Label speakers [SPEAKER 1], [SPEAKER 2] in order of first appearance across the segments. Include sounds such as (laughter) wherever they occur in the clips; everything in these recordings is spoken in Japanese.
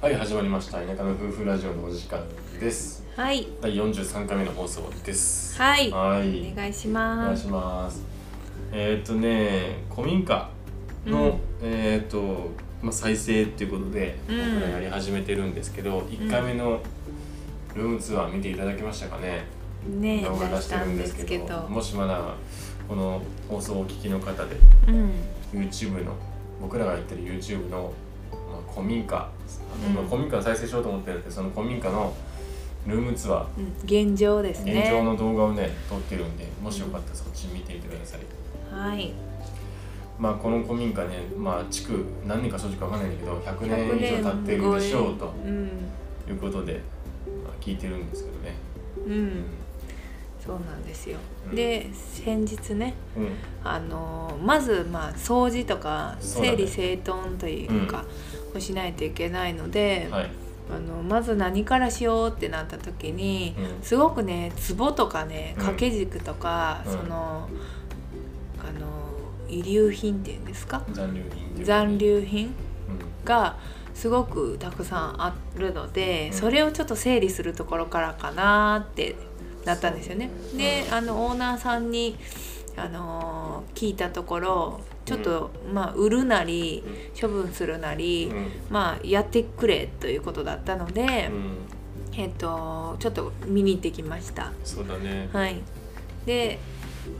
[SPEAKER 1] はい始まりました田舎の夫婦ラジオのお時間です
[SPEAKER 2] はい、
[SPEAKER 1] 第43回目の放送です
[SPEAKER 2] はい、
[SPEAKER 1] はい
[SPEAKER 2] お願いし
[SPEAKER 1] お願
[SPEAKER 2] ま
[SPEAKER 1] い
[SPEAKER 2] す。
[SPEAKER 1] しますえーっとね古民家の、
[SPEAKER 2] うん
[SPEAKER 1] えーっと、まあ、再生っていうことで
[SPEAKER 2] うん
[SPEAKER 1] 僕らやり始めてるんですけど、1回目のルームツアー見ていただきましたかね、
[SPEAKER 2] ねえ、
[SPEAKER 1] 動画出
[SPEAKER 2] 出
[SPEAKER 1] し
[SPEAKER 2] してた
[SPEAKER 1] るん
[SPEAKER 2] ん
[SPEAKER 1] で
[SPEAKER 2] ですす
[SPEAKER 1] け
[SPEAKER 2] け
[SPEAKER 1] ど
[SPEAKER 2] ど、
[SPEAKER 1] もしまだこの放送をお聞きの方で
[SPEAKER 2] うん、
[SPEAKER 1] YouTube の僕らがやってる YouTube の、まあ、古民家、
[SPEAKER 2] うん
[SPEAKER 1] まあ、古民家を再生しようと思ってるんでその古民家のルームツア
[SPEAKER 2] うん現状です
[SPEAKER 1] ー現状
[SPEAKER 2] ね。
[SPEAKER 1] の動画をね撮ってるんでもしよかったらそっち見てみてください、
[SPEAKER 2] はい、
[SPEAKER 1] まあ、この古民家ね、まあ、築何年か正直わかんないんだけど100年以上経ってるでしょうと
[SPEAKER 2] うん、
[SPEAKER 1] いうことで、まあ、聞いてるんですけどね
[SPEAKER 2] う、
[SPEAKER 1] うん
[SPEAKER 2] そうなんですよ。
[SPEAKER 1] うん
[SPEAKER 2] で、先日ね、
[SPEAKER 1] ん、
[SPEAKER 2] あのーまずまあ掃除とか
[SPEAKER 1] そうだ
[SPEAKER 2] 整
[SPEAKER 1] ね
[SPEAKER 2] 理整頓というかをしないといけないので
[SPEAKER 1] うん、、はい、
[SPEAKER 2] あのまず何からしようってなった時に
[SPEAKER 1] う、ん
[SPEAKER 2] すごくね壺とかね掛け軸とか、
[SPEAKER 1] うん
[SPEAKER 2] そのあの遺留品っていうんですか
[SPEAKER 1] 残留品っていうか
[SPEAKER 2] 残、留品
[SPEAKER 1] う
[SPEAKER 2] がすごくたくさんあるので、
[SPEAKER 1] うん
[SPEAKER 2] それをちょっと整理するところからかなってなったんですよね。であのオーナーさんにあのー聞いたところちょっと、まあ売るなり処分するなり、
[SPEAKER 1] んうん
[SPEAKER 2] まあやってくれということだったの
[SPEAKER 1] う
[SPEAKER 2] で、
[SPEAKER 1] ん、
[SPEAKER 2] えっとちょっと見に行ってきました。
[SPEAKER 1] そうだね
[SPEAKER 2] はい、で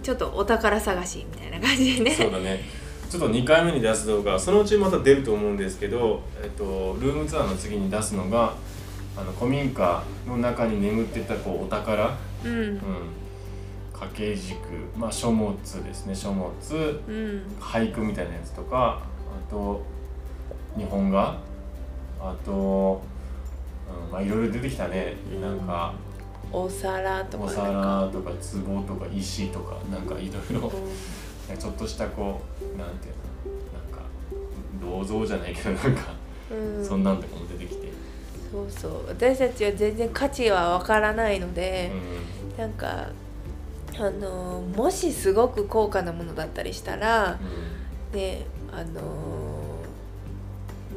[SPEAKER 2] ちょっとお宝探しみたいな感じでね
[SPEAKER 1] (laughs) そうだねちょっと2回目に出す動画そのうちまた出ると思うんですけど、えっと、ルームツアーの次に出すのがあの古民家の中に眠ってたこうお宝、うん、
[SPEAKER 2] うん
[SPEAKER 1] 掛け軸、まあ、書物ですね書物
[SPEAKER 2] うん
[SPEAKER 1] 俳句みたいなやつとかあと日本画あと、うん、まあいろいろ出てきたねなんか
[SPEAKER 2] お皿とか
[SPEAKER 1] お
[SPEAKER 2] なん
[SPEAKER 1] 皿
[SPEAKER 2] か
[SPEAKER 1] とか壺とか石とかなんかいろいろ。ちょっとしたこうなんていうのなんか銅像じゃないけどなんか、
[SPEAKER 2] うん
[SPEAKER 1] そんなんとかも出てきて、
[SPEAKER 2] そうそう私たちは全然価値はわからないので、
[SPEAKER 1] う
[SPEAKER 2] なんかあのーもしすごく高価なものだったりしたら
[SPEAKER 1] ん
[SPEAKER 2] ねあの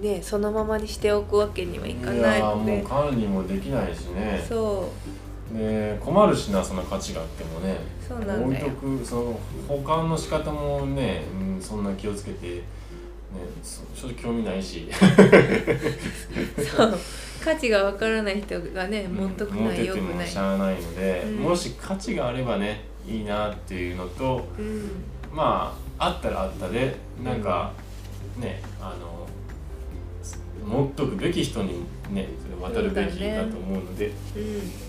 [SPEAKER 2] ーねそのままにしておくわけにはいか
[SPEAKER 1] うん、い
[SPEAKER 2] ない
[SPEAKER 1] やー
[SPEAKER 2] の
[SPEAKER 1] も
[SPEAKER 2] で
[SPEAKER 1] う管理もできないしね
[SPEAKER 2] そ
[SPEAKER 1] で困るしなその価値があってもね
[SPEAKER 2] うそうなん
[SPEAKER 1] 置い
[SPEAKER 2] だ
[SPEAKER 1] と
[SPEAKER 2] よ
[SPEAKER 1] くその保管の仕方もね、うん、そんな気をつけて、ね、そ正直興味ないし
[SPEAKER 2] そう価値がわからない人がね持っとくの
[SPEAKER 1] 持
[SPEAKER 2] は
[SPEAKER 1] って
[SPEAKER 2] よ
[SPEAKER 1] て
[SPEAKER 2] く
[SPEAKER 1] も
[SPEAKER 2] ない
[SPEAKER 1] しゃあないので、
[SPEAKER 2] うん
[SPEAKER 1] もし価値があればねいいなっていうのと
[SPEAKER 2] うん
[SPEAKER 1] まああったらあったでなんか、ねあの持っとくべき人にねそれ渡るべきだと思うので
[SPEAKER 2] うん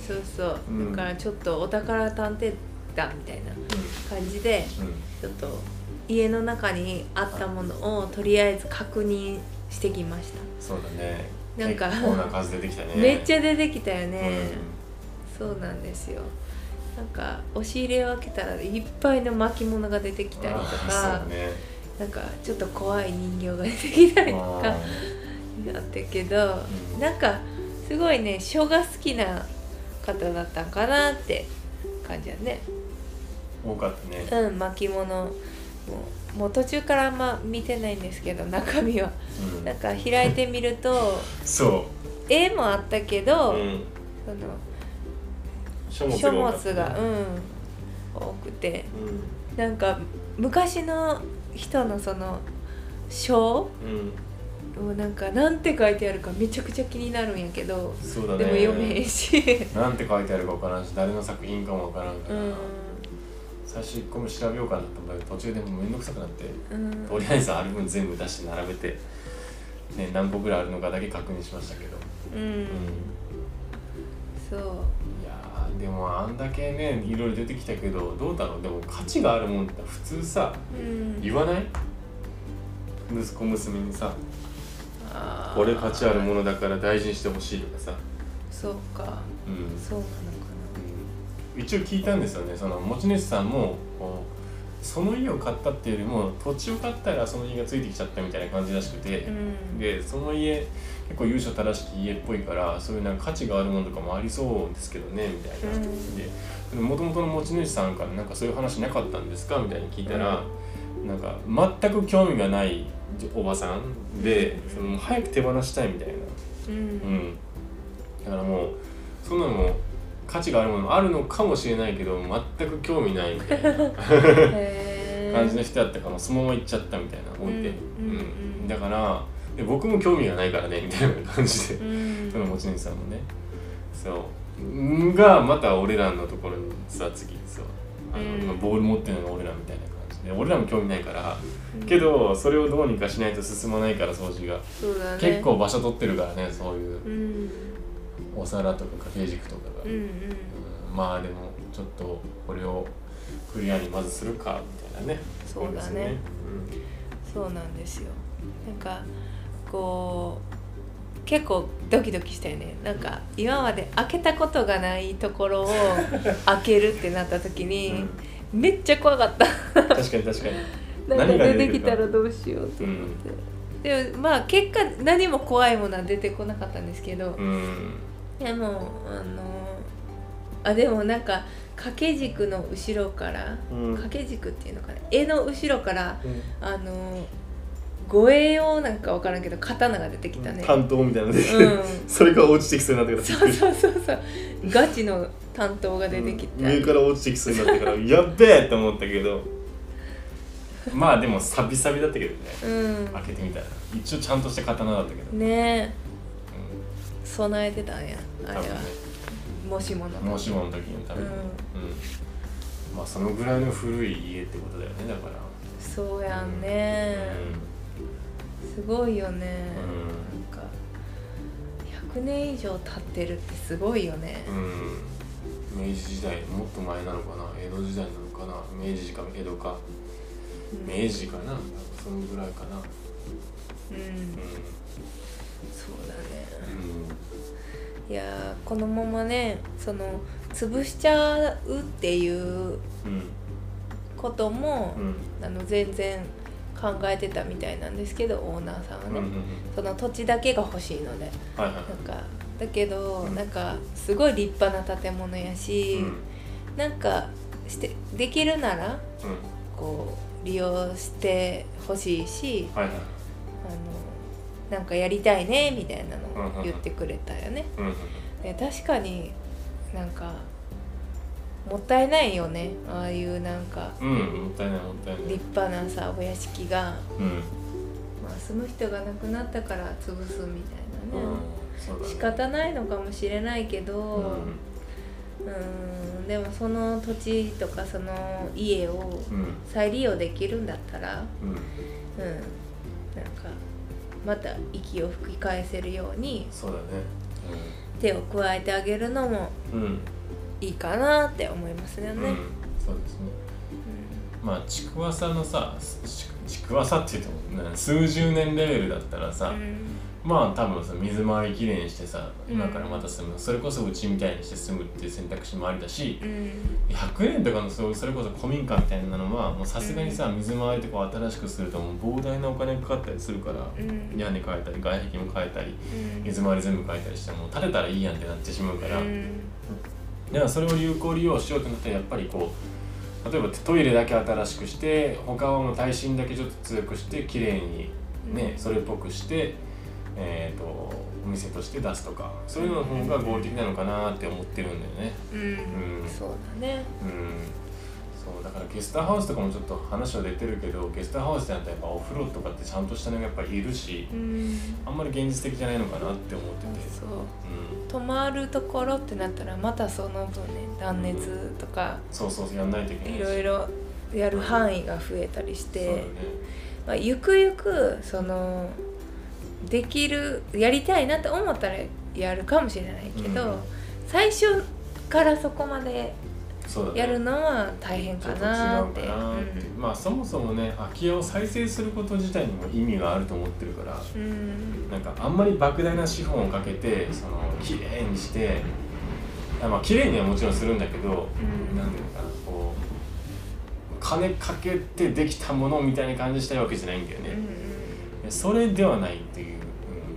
[SPEAKER 2] そうそう、
[SPEAKER 1] うん
[SPEAKER 2] だからちょっとお宝探偵団みたいな感じで
[SPEAKER 1] うん
[SPEAKER 2] ちょっと家の中にあったものをとりあえず確認してきました、
[SPEAKER 1] そうだね
[SPEAKER 2] なんか
[SPEAKER 1] 結構な数出てきたね
[SPEAKER 2] めっ
[SPEAKER 1] ゃ
[SPEAKER 2] ちゃ出てきたよね、そうなんですよなんか押し入れを開けたらいっぱいの巻物が出てきたりとか、
[SPEAKER 1] そうね
[SPEAKER 2] なんかちょっと怖い人形が出てきたりとかだったけど
[SPEAKER 1] うん
[SPEAKER 2] なんかすごいね書が好きな方だったんかなって感じだね
[SPEAKER 1] うん多かったね
[SPEAKER 2] うん巻物もうもう途中からあんま見てないんですけど中身は
[SPEAKER 1] うん
[SPEAKER 2] なんか開いてみる
[SPEAKER 1] (laughs)
[SPEAKER 2] と
[SPEAKER 1] そ
[SPEAKER 2] 絵もあったけ
[SPEAKER 1] う、
[SPEAKER 2] ど、
[SPEAKER 1] うん、
[SPEAKER 2] そ
[SPEAKER 1] 書
[SPEAKER 2] の
[SPEAKER 1] 物
[SPEAKER 2] 書
[SPEAKER 1] 多
[SPEAKER 2] 物
[SPEAKER 1] かったね
[SPEAKER 2] が、うん、多くて
[SPEAKER 1] うん
[SPEAKER 2] なんか昔の人のその書
[SPEAKER 1] うん
[SPEAKER 2] をなんかなんて書いてあるかめちゃくちゃ気になるんやけど、
[SPEAKER 1] そうだね
[SPEAKER 2] でも読めへん
[SPEAKER 1] (laughs)
[SPEAKER 2] し
[SPEAKER 1] なんて書いてあるかわからんし誰の作品かもわからんか
[SPEAKER 2] う
[SPEAKER 1] ら、
[SPEAKER 2] ん、
[SPEAKER 1] 最初一個も調べようかなと思ったけど途中でもうめんどくさくなって
[SPEAKER 2] うん、
[SPEAKER 1] とりあえずある分全部出して並べて、ね、何個ぐらいあるのかだけ確認しましたけど、
[SPEAKER 2] う
[SPEAKER 1] うんん、
[SPEAKER 2] そ
[SPEAKER 1] い
[SPEAKER 2] う
[SPEAKER 1] やーでもあんだけねいろいろ出てきたけどどうだろうでも価値があるもんって普通さ
[SPEAKER 2] うん
[SPEAKER 1] 言わない息子娘にさ
[SPEAKER 2] あ
[SPEAKER 1] 「
[SPEAKER 2] ー
[SPEAKER 1] これ価値あるものだから大事にしてほしい」とかさ、
[SPEAKER 2] そうか
[SPEAKER 1] うん
[SPEAKER 2] そうなの
[SPEAKER 1] うん一応聞いたんですよねその持ち主さんもこうその家を買ったっていうよりも土地を買ったらその家がついてきちゃったみたいな感じらしくて、
[SPEAKER 2] かなうん
[SPEAKER 1] でその家結構優勝正しき家っぽいからそういうなんか価値があるものとかもありそうですけどねみたいな、
[SPEAKER 2] うん
[SPEAKER 1] でもともとの持ち主さんからなんかそういう話なかったんですかみたいに聞いたら、なんか全く興味がないおばさんで、
[SPEAKER 2] うん
[SPEAKER 1] そのもう早く手放したいみたいな
[SPEAKER 2] うん
[SPEAKER 1] うん、だからもうそんなのも価値があるものもあるのかもしれないけど全く興味ないみたいな
[SPEAKER 2] へー
[SPEAKER 1] 感じの人だったからそのまま行っちゃったみたいな置いて、
[SPEAKER 2] うんうんうん
[SPEAKER 1] だからで僕も興味がないからねみたいな感じで
[SPEAKER 2] う、ん
[SPEAKER 1] その持ち主さんもねそうがまた俺らのところにさ次そうあの、
[SPEAKER 2] うん
[SPEAKER 1] ボール持ってるのが俺らみたいな感じで俺らも興味ないから
[SPEAKER 2] うん
[SPEAKER 1] けどそれをどうにかしないと進まないから掃除が、
[SPEAKER 2] そうだね
[SPEAKER 1] 結構場所取ってるからねそういう
[SPEAKER 2] うんうん
[SPEAKER 1] お皿とか掛け軸とかが、
[SPEAKER 2] うん
[SPEAKER 1] うんまあでもちょっとこれをクリアにまずするかみたいなね
[SPEAKER 2] そうだねそうなんですよなんかこう結構ドキドキしたよねなんか今まで開けたことがないと
[SPEAKER 1] (laughs)
[SPEAKER 2] ころを開けるってなった時
[SPEAKER 1] う
[SPEAKER 2] に
[SPEAKER 1] ん、
[SPEAKER 2] めっちゃ怖
[SPEAKER 1] (laughs)
[SPEAKER 2] かった
[SPEAKER 1] うん確かに確かに
[SPEAKER 2] なんか
[SPEAKER 1] 何が
[SPEAKER 2] 出
[SPEAKER 1] 出
[SPEAKER 2] て
[SPEAKER 1] て
[SPEAKER 2] き
[SPEAKER 1] き
[SPEAKER 2] た
[SPEAKER 1] た
[SPEAKER 2] ら
[SPEAKER 1] ら
[SPEAKER 2] どうしようと
[SPEAKER 1] う
[SPEAKER 2] 思っ
[SPEAKER 1] ん
[SPEAKER 2] て、でもまあ結果何も怖いものは出てこなかったんですけ
[SPEAKER 1] う
[SPEAKER 2] ど、
[SPEAKER 1] ん
[SPEAKER 2] でもあのあでもなんか掛け軸の後ろから
[SPEAKER 1] うん
[SPEAKER 2] 掛け軸っていうのかな絵の後ろから
[SPEAKER 1] うん
[SPEAKER 2] あの護衛用なんかわからんけど刀が出てきたね
[SPEAKER 1] 担当みたいなので、
[SPEAKER 2] うん
[SPEAKER 1] (laughs) それが落ちてきそうになってから
[SPEAKER 2] そうそうそうそうガチの担当が出てき
[SPEAKER 1] うん
[SPEAKER 2] た、
[SPEAKER 1] 上から落ちてきそうになってからやっべえと思ったけどまあでもサビサビだったけどね
[SPEAKER 2] うん
[SPEAKER 1] 開けてみたら一応ちゃんとした刀だったけど、うん、
[SPEAKER 2] ねえ備えてたんやあれ
[SPEAKER 1] 多
[SPEAKER 2] は
[SPEAKER 1] 分ね
[SPEAKER 2] もしもの
[SPEAKER 1] もしもの時のために、
[SPEAKER 2] うん
[SPEAKER 1] うんまあそのぐらいの古い家ってことだよねだか
[SPEAKER 2] そうやん
[SPEAKER 1] ら、
[SPEAKER 2] ね、
[SPEAKER 1] う
[SPEAKER 2] すごいよね、
[SPEAKER 1] う
[SPEAKER 2] なんか100年以上経ってるってすごいよね、
[SPEAKER 1] ん、うん、明治時代もっと前なのかな江戸時代なのかな明治か江戸か
[SPEAKER 2] うん
[SPEAKER 1] 明治かなそのぐらいかな
[SPEAKER 2] うん、
[SPEAKER 1] う
[SPEAKER 2] そうだね
[SPEAKER 1] ん、うん
[SPEAKER 2] いやーこのままねその潰しちゃうっていう
[SPEAKER 1] うん
[SPEAKER 2] ことも
[SPEAKER 1] う、ん
[SPEAKER 2] あの全然考えてたみたいなんですけどオーナーさんは
[SPEAKER 1] うんう
[SPEAKER 2] ね、
[SPEAKER 1] ん
[SPEAKER 2] その土地だけが欲しいので
[SPEAKER 1] はいは
[SPEAKER 2] なんかだけど、
[SPEAKER 1] うん
[SPEAKER 2] なんかすごい立派な建物や
[SPEAKER 1] い。
[SPEAKER 2] し、
[SPEAKER 1] うん
[SPEAKER 2] なんかしてできるならこう利用してほしいし
[SPEAKER 1] はいはい。
[SPEAKER 2] あのなんかやりたいねみたいなのを言ってくれたよね。
[SPEAKER 1] うんうん
[SPEAKER 2] で確かになんかもったいないよねああいうなんか
[SPEAKER 1] うん、もったいないもったいない
[SPEAKER 2] 立。派なさお屋敷が、
[SPEAKER 1] うん。
[SPEAKER 2] まあ、住む人が亡くなったから潰すみたいな
[SPEAKER 1] うん
[SPEAKER 2] ね、
[SPEAKER 1] そうだね。
[SPEAKER 2] 仕方ないのかもしれないけど、
[SPEAKER 1] うん
[SPEAKER 2] うーんでもその土地とかその家を
[SPEAKER 1] うん
[SPEAKER 2] 再利用できるんだったら、
[SPEAKER 1] うん。
[SPEAKER 2] うん、なんかまた息を吹き返せるように
[SPEAKER 1] そうだね。
[SPEAKER 2] 手を加えてあげるのも
[SPEAKER 1] うん。うん。
[SPEAKER 2] いいかなって思いますよね。
[SPEAKER 1] うんそうですね。まあちくわさのさ、ちちくわさっていうとなんか数十年レベルだったら
[SPEAKER 2] う
[SPEAKER 1] さ、
[SPEAKER 2] ん
[SPEAKER 1] まあ多分さ水回りきれいにしてさ、
[SPEAKER 2] うん
[SPEAKER 1] 今からまた住む、それこそうちみたいにして住むっていう選択肢もありだし、
[SPEAKER 2] うん
[SPEAKER 1] 100年とかのそうそれこそ古民家みたいなのはもうさすがにさ水回りとか新しくするともう膨大なお金かかったりするから、
[SPEAKER 2] うん
[SPEAKER 1] 屋根変えたり外壁も変えたり
[SPEAKER 2] うん
[SPEAKER 1] 水回り全部変えたりしてもう建てたらいいやんってなってしまうから、
[SPEAKER 2] うん
[SPEAKER 1] だからそれを有効利用しようってなったらやっぱりこう例えばトイレだけ新しくして他はもう耐震だけちょっと強くして綺麗にね
[SPEAKER 2] うん
[SPEAKER 1] それっぽくして、えー、とお店として出すとかそういうのの方が合理的なのかなって思ってるんだよね。
[SPEAKER 2] うん
[SPEAKER 1] うん
[SPEAKER 2] そうだね。
[SPEAKER 1] うんそうだからゲストハウスとかもちょっと話は出てるけどゲストハウスってなったらやっぱお風呂とかってちゃんとしたのがやっぱりいるし
[SPEAKER 2] うん
[SPEAKER 1] あんまり現実的じゃないのかなって思ってて
[SPEAKER 2] そう
[SPEAKER 1] うん
[SPEAKER 2] 泊まるところってなったらまたその分ね断熱とか
[SPEAKER 1] そうそうそうやんないといけないし
[SPEAKER 2] いろいろやる範囲が増えたりし
[SPEAKER 1] そうだよ
[SPEAKER 2] て
[SPEAKER 1] ね、
[SPEAKER 2] まあ、ゆくゆくそのできるやりたいなと思ったらやるかもしれないけど、
[SPEAKER 1] うん
[SPEAKER 2] 最初からそこまで
[SPEAKER 1] そうだね
[SPEAKER 2] やるのは大変
[SPEAKER 1] ちょ
[SPEAKER 2] か
[SPEAKER 1] っと違う
[SPEAKER 2] な
[SPEAKER 1] か
[SPEAKER 2] って。
[SPEAKER 1] なって、まあそもそもね空き家を再生すること自体にも意味があると思ってるから
[SPEAKER 2] うん
[SPEAKER 1] なんかあんまり莫大な資本をかけてその綺麗にしてあまあ綺麗にはもちろんするんだけど
[SPEAKER 2] うん
[SPEAKER 1] なんていうのかなこう金かけてできたものみたいな感じしたいわけじゃないんだよ
[SPEAKER 2] うん
[SPEAKER 1] ね、それではないっていう、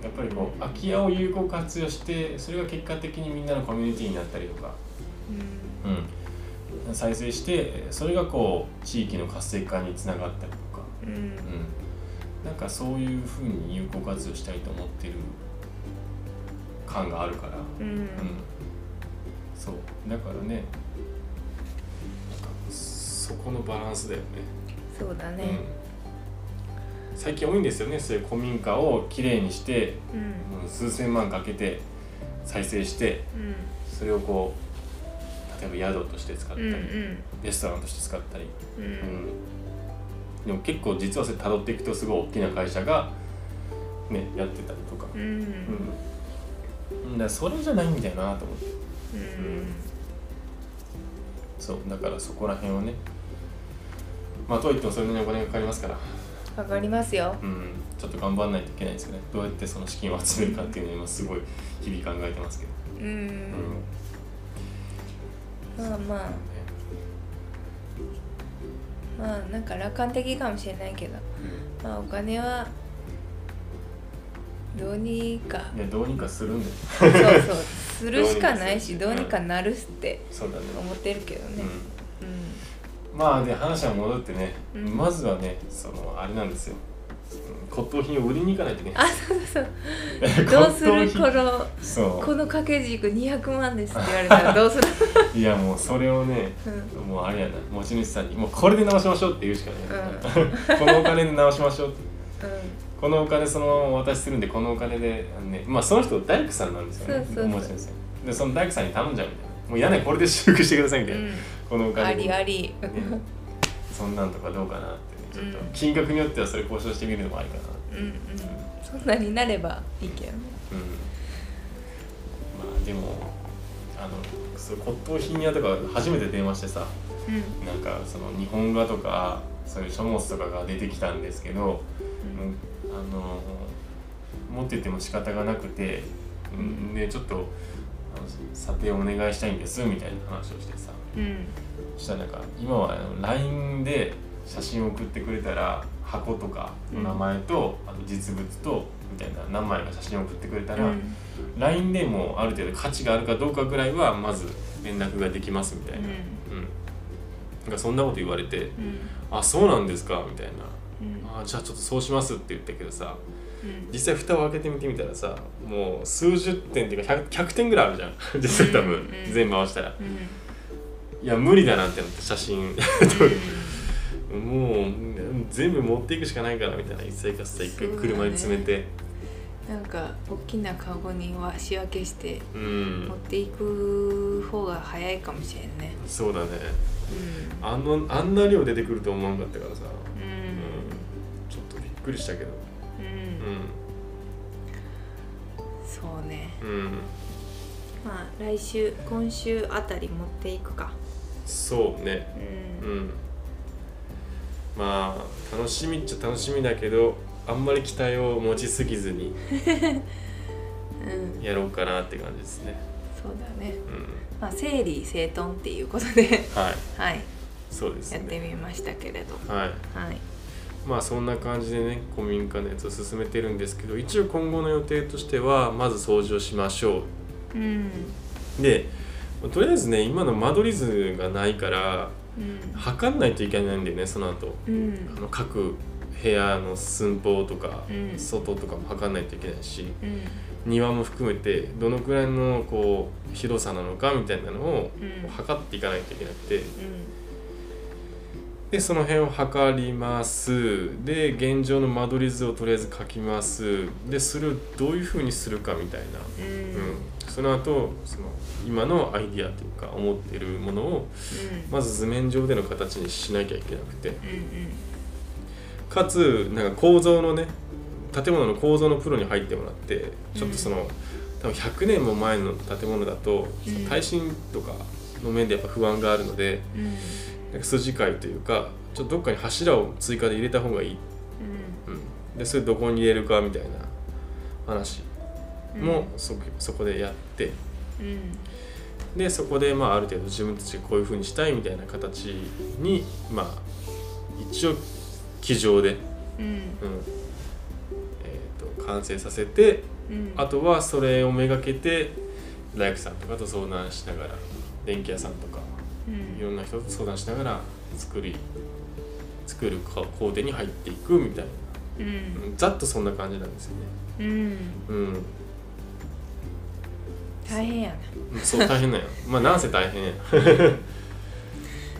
[SPEAKER 1] うん、やっぱりこう空き家を有効活用してそれが結果的にみんなのコミュニティになったりとか、
[SPEAKER 2] うん
[SPEAKER 1] うん、再生してそれがこう地域の活性化につながったりとか、
[SPEAKER 2] うんうん
[SPEAKER 1] うん、なんかそういうふうに有効活用したいと思ってる感があるから、
[SPEAKER 2] うん
[SPEAKER 1] うん、そうだからねなんかそこのバランスだよね
[SPEAKER 2] そうだ
[SPEAKER 1] う
[SPEAKER 2] ね
[SPEAKER 1] ん、最近多いんですよねそういう古民家をきれいにして
[SPEAKER 2] うん
[SPEAKER 1] うん数千万かけて再生して
[SPEAKER 2] うん
[SPEAKER 1] それをこう例えば宿として使った
[SPEAKER 2] う
[SPEAKER 1] り、
[SPEAKER 2] んうん
[SPEAKER 1] レストランとして使ったり、
[SPEAKER 2] う
[SPEAKER 1] うんんでも結構実はそれ辿っていくとすごい大きな会社が、ね、やってたりとか、
[SPEAKER 2] うんうん
[SPEAKER 1] うん、だからそれじゃないんだよなと思ってそうだからそこら辺をねまあとはいってもそれなりにお金がかかりますから、
[SPEAKER 2] わかりますよ
[SPEAKER 1] うん、ちょっと頑張らないといけないですよねどうやってその資金を集めるかっていうのを今すごい日々考えてますけど、
[SPEAKER 2] う
[SPEAKER 1] うんん
[SPEAKER 2] まあまあまあなんか楽観的かもしれないけどまあお金はどうにか
[SPEAKER 1] ね、どうにかするんだよ
[SPEAKER 2] そうそうするしかないし
[SPEAKER 1] ど
[SPEAKER 2] どう
[SPEAKER 1] う
[SPEAKER 2] に
[SPEAKER 1] に
[SPEAKER 2] か
[SPEAKER 1] か
[SPEAKER 2] なるって
[SPEAKER 1] そうだね、
[SPEAKER 2] 思ってるけどね
[SPEAKER 1] う
[SPEAKER 2] うん
[SPEAKER 1] ん、まあで話は戻ってね、
[SPEAKER 2] うん
[SPEAKER 1] まずはねそのあれなんですようん骨董品を売りに行かないといけない
[SPEAKER 2] あそうそう
[SPEAKER 1] (laughs) 骨
[SPEAKER 2] そうどうす
[SPEAKER 1] 董
[SPEAKER 2] る
[SPEAKER 1] 品
[SPEAKER 2] この
[SPEAKER 1] そ
[SPEAKER 2] この掛け軸200万ですって言われたらどうする
[SPEAKER 1] ういやもうそれをね
[SPEAKER 2] うん
[SPEAKER 1] もうあれやな持ち主さんにもうこれで直しましょうって言うしかない、
[SPEAKER 2] う
[SPEAKER 1] (laughs) このお金で直しましょうって
[SPEAKER 2] うん
[SPEAKER 1] このお金そのままお渡しするんでこのお金であのねまあその人大工さんなんですよね
[SPEAKER 2] そうそうそう
[SPEAKER 1] 持ち主さんでその大工さんに頼んじゃうみたいなもう屋根これで修復してくださいみたいな、このお
[SPEAKER 2] うん、あ
[SPEAKER 1] 金で
[SPEAKER 2] りあり、
[SPEAKER 1] ね、そんなんとかどうかなって、ね、ちょっ
[SPEAKER 2] うん
[SPEAKER 1] と金額によってはそれ交渉してみるのもありかな
[SPEAKER 2] うんうん、そんなになればいいけどね
[SPEAKER 1] うんまあでもあのそう骨董品屋とか初めて電話してさ
[SPEAKER 2] うん
[SPEAKER 1] なんかその日本画とかそういう書物とかが出てきたんですけど、うんあの持ってても仕方がなくて、うん、でちょっとあの査定をお願いしたいんですみたいな話をしてさ
[SPEAKER 2] うんうん
[SPEAKER 1] そしたらなんか今はあの LINE で写真を送ってくれたら箱とかの名前と、あと実物とみたいな何枚か写真を送ってくれたら、
[SPEAKER 2] うん
[SPEAKER 1] LINE でもある程度価値があるかどうかぐらいはまず連絡ができますみたいな、うんなんかそんなこと言われて「あそうなんですか」みたいな
[SPEAKER 2] うん
[SPEAKER 1] 「あじゃあちょっとそうします」って言ったけどさ
[SPEAKER 2] うん
[SPEAKER 1] 実際蓋を開けてみてみたらさもう数十点っていうか 100, 100点ぐらいあるじゃん (laughs) 実際多分、
[SPEAKER 2] うんうん
[SPEAKER 1] 全部合わせたら
[SPEAKER 2] うん
[SPEAKER 1] いや無理だなってなって写真 (laughs) もう全部持っていくしかないからみたいな一切か一
[SPEAKER 2] そうだ
[SPEAKER 1] 回
[SPEAKER 2] ね
[SPEAKER 1] 車に詰めて
[SPEAKER 2] なんか大きなカゴには仕分けして
[SPEAKER 1] う,、
[SPEAKER 2] 持っ
[SPEAKER 1] ん
[SPEAKER 2] ていく方が早いかもしれんね
[SPEAKER 1] そうだねあのあんな量出てくると思わなかったからさ、
[SPEAKER 2] うんう
[SPEAKER 1] うん
[SPEAKER 2] ん、
[SPEAKER 1] ちょっとびっくりしたけど
[SPEAKER 2] うん、そうね
[SPEAKER 1] うんうん
[SPEAKER 2] まあ来週今週あたり持っていくか
[SPEAKER 1] そうね
[SPEAKER 2] う
[SPEAKER 1] うんんまあ楽しみっちゃ楽しみだけどあんまり期待を持ちすぎずに
[SPEAKER 2] うん
[SPEAKER 1] やろうかなって感じですね
[SPEAKER 2] そうだね
[SPEAKER 1] うん
[SPEAKER 2] まあ整理整頓っていうことで
[SPEAKER 1] はい
[SPEAKER 2] はい
[SPEAKER 1] そうです
[SPEAKER 2] やって
[SPEAKER 1] ね
[SPEAKER 2] みましたけれど
[SPEAKER 1] はい
[SPEAKER 2] はい
[SPEAKER 1] まあそんな感じでね古民家のやつを進めてるんですけど一応今後の予定としてはまず掃除をしましょ
[SPEAKER 2] うん
[SPEAKER 1] うでとりあえずね今の間取り図がないから
[SPEAKER 2] うん
[SPEAKER 1] 測んないといけないんだよねその後
[SPEAKER 2] うん
[SPEAKER 1] あの各部屋の寸法とか、
[SPEAKER 2] うん
[SPEAKER 1] 外とかも測んないといけないし
[SPEAKER 2] うん
[SPEAKER 1] 庭も含めてどのくらいのこう広さなのかみたいなのを
[SPEAKER 2] うん
[SPEAKER 1] 測っていかないといけなくてでその辺を測りますで現状の間取り図をとりあえず書きますでそれをどういうふうにするかみたいな、
[SPEAKER 2] う
[SPEAKER 1] うんん、その後その今のアイディアというか思っているものをまず図面上での形にしなきゃいけなくてかつなんか構造のね建物の構造のプロに入ってもらってちょっとその、多分100年も前の建物だと、
[SPEAKER 2] うん
[SPEAKER 1] その耐震とかの面でやっぱ不安があるのでなんか筋交いというかちょっとどっかに柱を追加で入れた方がいい、うん、でそれどこに入れるかみたいな話もそ,、そこでやってでそこでまあある程度自分たちがこういう風にしたいみたいな形にまあ一応机上でうんえー、と完成させてあとはそれをめがけて大工さんとかと相談しながら電気屋さんとかいろんな人と相談しながら作り作る工程に入っていくみたいな、うんざっとそんな感じなんですよね。うん、
[SPEAKER 2] 大変やな
[SPEAKER 1] うんそう大変なんよ (laughs) まあなんせ大変や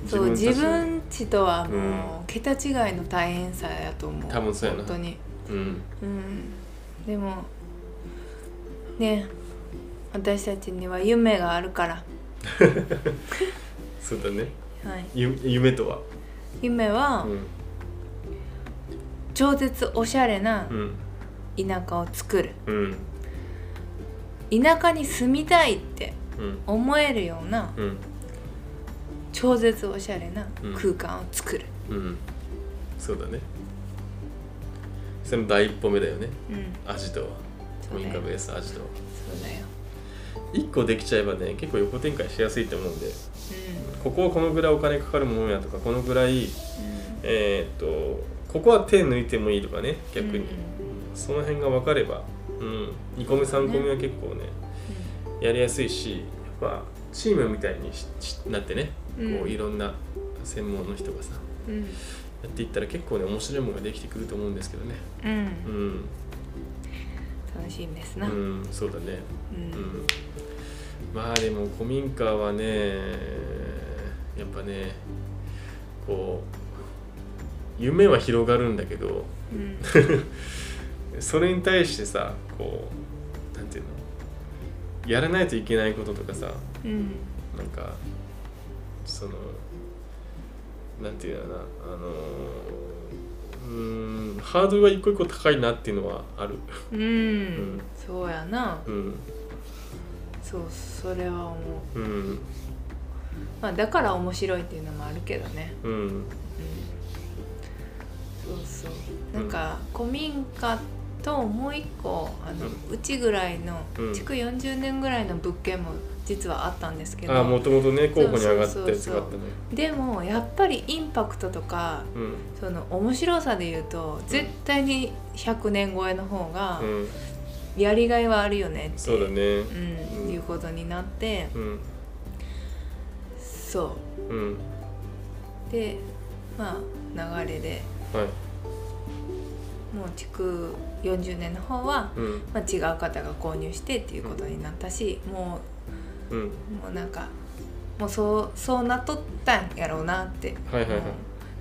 [SPEAKER 2] そう自
[SPEAKER 1] たちの
[SPEAKER 2] 分ちとはもう桁違いの大変さやと思う
[SPEAKER 1] 多分そうやな
[SPEAKER 2] 本当に
[SPEAKER 1] うん
[SPEAKER 2] うんでもね私たちには夢があるから、
[SPEAKER 1] そうだね
[SPEAKER 2] はい、
[SPEAKER 1] ゆ夢とは
[SPEAKER 2] 夢は
[SPEAKER 1] うん
[SPEAKER 2] 超絶おしゃれな
[SPEAKER 1] うん
[SPEAKER 2] 田舎を作る
[SPEAKER 1] うん
[SPEAKER 2] 田舎に住みたいって
[SPEAKER 1] うん
[SPEAKER 2] 思えるような
[SPEAKER 1] うん
[SPEAKER 2] 超絶おしゃれな
[SPEAKER 1] うん
[SPEAKER 2] 空間を作る、
[SPEAKER 1] うんそうだねそれも第一歩目だよね
[SPEAKER 2] うん、
[SPEAKER 1] 味とは
[SPEAKER 2] そう
[SPEAKER 1] ウ
[SPEAKER 2] ね
[SPEAKER 1] インカーベース味とは
[SPEAKER 2] そうだよ、
[SPEAKER 1] 1個できちゃえばね結構横展開しやすいと思うんで
[SPEAKER 2] う
[SPEAKER 1] ここはこのぐらいお金かかるものやとかこのぐらい
[SPEAKER 2] ん
[SPEAKER 1] えーっとここは手抜いてもいいとかね逆に、
[SPEAKER 2] うん
[SPEAKER 1] その辺が分かれば、うん、2個目3個目は結構ねやりやすいしやっぱチームみたいにししなってねこ
[SPEAKER 2] う
[SPEAKER 1] うんいろんな専門の人がさ
[SPEAKER 2] うんうん
[SPEAKER 1] やっていったら結構ね面白いものができてくると思うんですけどね
[SPEAKER 2] うん
[SPEAKER 1] うん、
[SPEAKER 2] 楽しみです
[SPEAKER 1] う
[SPEAKER 2] な、うん
[SPEAKER 1] ん、そうだねうんまあでも古民家はねやっぱねこう夢は広がるんだけど (laughs)
[SPEAKER 2] うん
[SPEAKER 1] それに対してさこうなんていうのやらないといけないこととかさ
[SPEAKER 2] うん
[SPEAKER 1] なんかそのなんていうのかなあのうーんハードルが一個一個高いなっていうのはある
[SPEAKER 2] うん、
[SPEAKER 1] ん
[SPEAKER 2] そうやな
[SPEAKER 1] うん
[SPEAKER 2] そうそれは思う、
[SPEAKER 1] うん
[SPEAKER 2] まあ、だから面白いっていうのもあるけどね、
[SPEAKER 1] うん
[SPEAKER 2] うん、そうそうなんか古民家ともう一個あの、うちぐらいの
[SPEAKER 1] うん
[SPEAKER 2] 築、40年ぐらいの物件も実はあったんですけ
[SPEAKER 1] ああも
[SPEAKER 2] ど
[SPEAKER 1] ともとね候補に上がったやつがあったね
[SPEAKER 2] でもやっぱりインパクトとか
[SPEAKER 1] うん
[SPEAKER 2] その面白さで言うと絶対に100年超えの方が
[SPEAKER 1] うん
[SPEAKER 2] やりがいはあるよねって
[SPEAKER 1] そうだね
[SPEAKER 2] うん
[SPEAKER 1] うん
[SPEAKER 2] いうことになって
[SPEAKER 1] うん
[SPEAKER 2] そ
[SPEAKER 1] うん
[SPEAKER 2] うでまあ流れで
[SPEAKER 1] はい
[SPEAKER 2] もう築40年の方は、
[SPEAKER 1] うん
[SPEAKER 2] まあ、違う方が購入してっていうことになったしも
[SPEAKER 1] うん
[SPEAKER 2] うもうなんかもうそうそうなっとったんやろうなって、
[SPEAKER 1] はいはいはい
[SPEAKER 2] もう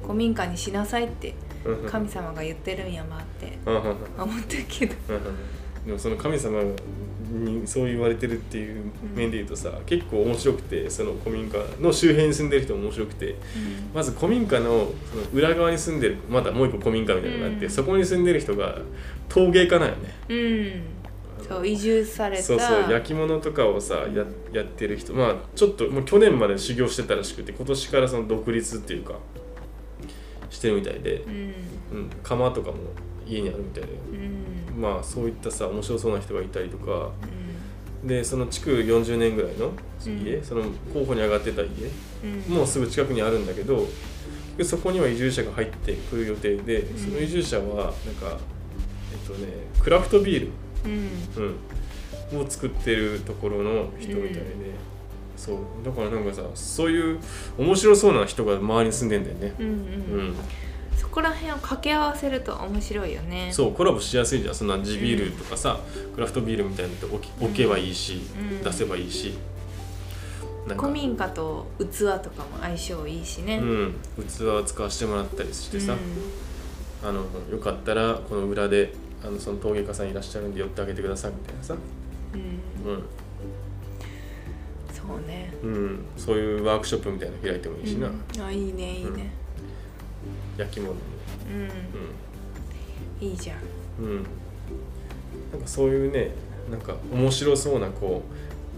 [SPEAKER 2] 古民家にしなさいって
[SPEAKER 1] うんうん
[SPEAKER 2] 神様が言ってるんやまって
[SPEAKER 1] うんうんうん
[SPEAKER 2] 思ったけど。
[SPEAKER 1] うんでもその神様にそう言われてるっていう面で言うとさ、結構面白くてその古民家の周辺に住んでる人も面白くてまず古民家のその裏側に住んでるまたもう一個古民家みたいなのがあって、
[SPEAKER 2] うん
[SPEAKER 1] そこに住んでる人が陶芸家なんよね
[SPEAKER 2] うん、そう移住された
[SPEAKER 1] そうそう焼き物とかをさややってる人まあちょっともう去年まで修行してたらしくて今年からその独立っていうかしてるみたいで
[SPEAKER 2] う、ん
[SPEAKER 1] うん、釜とかも家にあるみたいで
[SPEAKER 2] うんうん
[SPEAKER 1] まあそういったさ面白そうな人がいたりとかでその築40年ぐらいの家、
[SPEAKER 2] うん
[SPEAKER 1] その候補に上がってた家
[SPEAKER 2] うん
[SPEAKER 1] もうすぐ近くにあるんだけどでそこには移住者が入ってくる予定で
[SPEAKER 2] ん
[SPEAKER 1] その移住者はなんかえっとねクラフトビール
[SPEAKER 2] うん
[SPEAKER 1] うん、を作ってるところの人みたいで、
[SPEAKER 2] うん
[SPEAKER 1] そうだからなんかさそういう面白そうな人が周りに住んでんだよね、
[SPEAKER 2] うん
[SPEAKER 1] うん
[SPEAKER 2] うんそこら辺を掛け合わせると面白いよね
[SPEAKER 1] そうコラボしやすいじゃんそんな地ビールとかさ、クラフトビールみたいなのって置き置けばいいし、
[SPEAKER 2] うん
[SPEAKER 1] 出せばいいしなんか
[SPEAKER 2] 古民家と器とかも相性いいしね、
[SPEAKER 1] うん、器を使わせてもらったりしてさ、
[SPEAKER 2] う
[SPEAKER 1] あのよかったらこの裏であのその陶芸家さんいらっしゃるんで寄ってあげてくださいみたいなさ、
[SPEAKER 2] んうん
[SPEAKER 1] う
[SPEAKER 2] そうね
[SPEAKER 1] んうん、そういうワークショップみたいなの開いてもいいしな、
[SPEAKER 2] うんあいいねいいね
[SPEAKER 1] 焼き物の
[SPEAKER 2] うん、
[SPEAKER 1] うん
[SPEAKER 2] いいじゃん
[SPEAKER 1] うん、なんかそういうねなんか面白そうなこ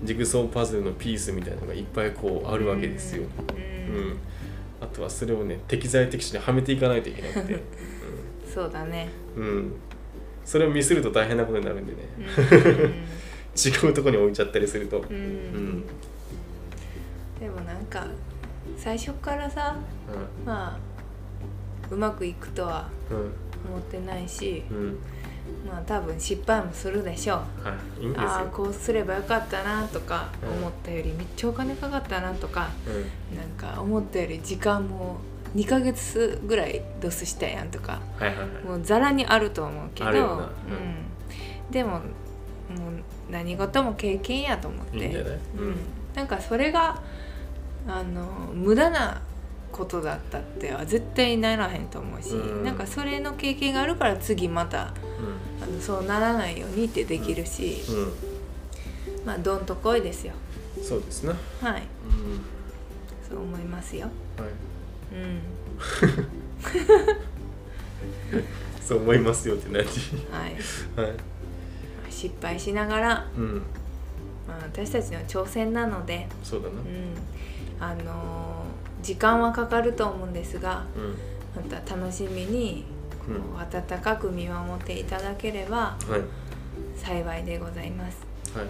[SPEAKER 1] うジグソーパズルのピースみたいなのがいっぱいこうあるわけですよ、
[SPEAKER 2] う、
[SPEAKER 1] うんんあとはそれをね適材適所にはめていかないといけなくて、
[SPEAKER 2] そうだね、
[SPEAKER 1] うんうん、それをミスると大変なことになるんでね
[SPEAKER 2] うん
[SPEAKER 1] (laughs) 違うとこに置いちゃったりすると、
[SPEAKER 2] うん
[SPEAKER 1] うんうん
[SPEAKER 2] でもなんか最初からさまあうまくいくとは
[SPEAKER 1] うん
[SPEAKER 2] 思ってないし
[SPEAKER 1] うん
[SPEAKER 2] まあ多分失敗もするでしょう
[SPEAKER 1] はいいいんです
[SPEAKER 2] ああ
[SPEAKER 1] よ、
[SPEAKER 2] こうすればよかったなとか
[SPEAKER 1] うん
[SPEAKER 2] 思ったよりめっちゃお金かかったなとか
[SPEAKER 1] うん、
[SPEAKER 2] なんか思ったより時間も2ヶ月ぐらいドスしたやんとか
[SPEAKER 1] はいはいはい
[SPEAKER 2] もうざらにあると思うけど、
[SPEAKER 1] あるよなうん
[SPEAKER 2] うんでももう何事も経験やと思って
[SPEAKER 1] いいんじゃない
[SPEAKER 2] うん、なんかそれがあの無駄なことだったっては絶対ならへんと思うし、
[SPEAKER 1] うん
[SPEAKER 2] なんかそれの経験があるから次またあのそうならないようにってできるし、
[SPEAKER 1] うん、
[SPEAKER 2] まあどんとこいですよ
[SPEAKER 1] うん、そうですな、
[SPEAKER 2] はい
[SPEAKER 1] うん
[SPEAKER 2] そう思いますよ
[SPEAKER 1] はい、
[SPEAKER 2] うん
[SPEAKER 1] そう思いますよって何 (laughs)
[SPEAKER 2] はい
[SPEAKER 1] はい、
[SPEAKER 2] 失敗しながら、
[SPEAKER 1] うん、
[SPEAKER 2] まあ、私たちの挑戦なので、
[SPEAKER 1] そうだな
[SPEAKER 2] うん、あの時間はかかると思うんですが
[SPEAKER 1] うん、
[SPEAKER 2] また楽しみにこ
[SPEAKER 1] うん
[SPEAKER 2] う温かく見守っていただければ
[SPEAKER 1] はい
[SPEAKER 2] 幸いでございます
[SPEAKER 1] はい、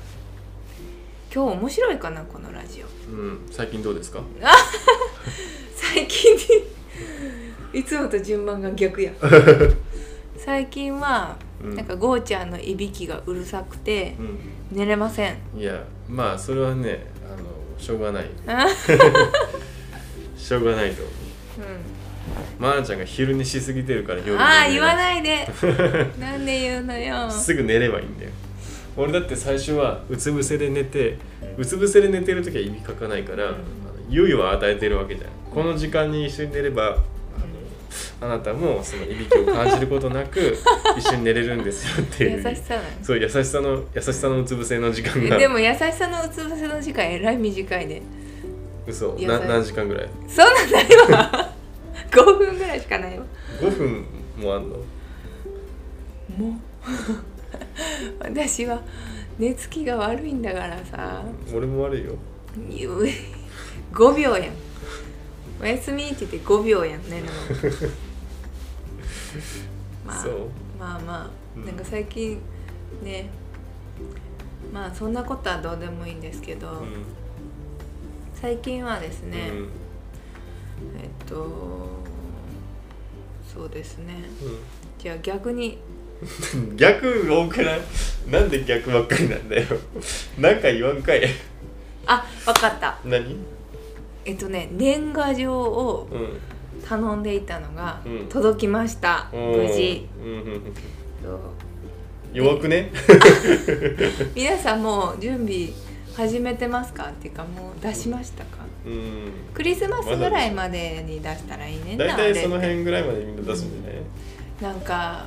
[SPEAKER 2] 今日面白いかなこのラジオ
[SPEAKER 1] うん、最近どうですか
[SPEAKER 2] 最近 (laughs) にいつもと順番が
[SPEAKER 1] (laughs)
[SPEAKER 2] 逆や最近は
[SPEAKER 1] うん
[SPEAKER 2] なんかゴーちゃんのいびきがうるさくて
[SPEAKER 1] うん、
[SPEAKER 2] 寝れませ
[SPEAKER 1] (laughs)
[SPEAKER 2] ん
[SPEAKER 1] いやまあそれはねあのしょうがない
[SPEAKER 2] あ
[SPEAKER 1] しょうがないと思う
[SPEAKER 2] う
[SPEAKER 1] まー、ちゃんが昼寝しすぎてるから夜
[SPEAKER 2] ん、
[SPEAKER 1] 寝れ
[SPEAKER 2] ああ言わ
[SPEAKER 1] い
[SPEAKER 2] ないでなんで言うのよ
[SPEAKER 1] すぐ寝ればいいんだよ俺だって最初はうつ伏せで寝てうつ伏せで寝てる時は意味かかないから、
[SPEAKER 2] うん
[SPEAKER 1] あの猶予は与えてるわけじゃんこの時間に一緒に寝ればあのあなたもそのいびきを感じることな
[SPEAKER 2] (laughs)
[SPEAKER 1] く一緒に寝れるんですよってい
[SPEAKER 2] 優
[SPEAKER 1] う
[SPEAKER 2] しさなの
[SPEAKER 1] そう優しさの優しさのうつ伏せの時間
[SPEAKER 2] え
[SPEAKER 1] が
[SPEAKER 2] でも優しさのうつ伏せの時間えらい短いね
[SPEAKER 1] 嘘
[SPEAKER 2] 優しい
[SPEAKER 1] な何時間ぐらい
[SPEAKER 2] そんなんない
[SPEAKER 1] (laughs)
[SPEAKER 2] わ5分ぐらいしかないわ
[SPEAKER 1] 5分もあんの
[SPEAKER 2] もう私は寝つきが悪いんだからさ
[SPEAKER 1] 俺も悪いよ
[SPEAKER 2] 5秒やんおやすみって言って5秒やんねでもまあ
[SPEAKER 1] そう
[SPEAKER 2] まあまあ、
[SPEAKER 1] うん
[SPEAKER 2] なんか最近ねまあそんなことはどうでもいいんですけど、
[SPEAKER 1] うん
[SPEAKER 2] 最近はです
[SPEAKER 1] うん
[SPEAKER 2] ね、えっとそうですね
[SPEAKER 1] うん
[SPEAKER 2] じゃあ逆に
[SPEAKER 1] (laughs) 逆多くないなんで逆ばっかりなんだよ (laughs) なんか言わんかい
[SPEAKER 2] あわかった
[SPEAKER 1] 何
[SPEAKER 2] えっとね年賀状を
[SPEAKER 1] うん
[SPEAKER 2] 頼んでいたのが
[SPEAKER 1] うん
[SPEAKER 2] 届きました、無事、
[SPEAKER 1] うんうんうん、
[SPEAKER 2] そう
[SPEAKER 1] 弱くね
[SPEAKER 2] 皆さんもう準備始めてますかっていうかもう出しましたか
[SPEAKER 1] うん
[SPEAKER 2] クリスマスぐらいまでに出したらいいねんな
[SPEAKER 1] 大
[SPEAKER 2] あれ
[SPEAKER 1] 体
[SPEAKER 2] って
[SPEAKER 1] その辺ぐらいまでみんな出すんじゃない
[SPEAKER 2] なんか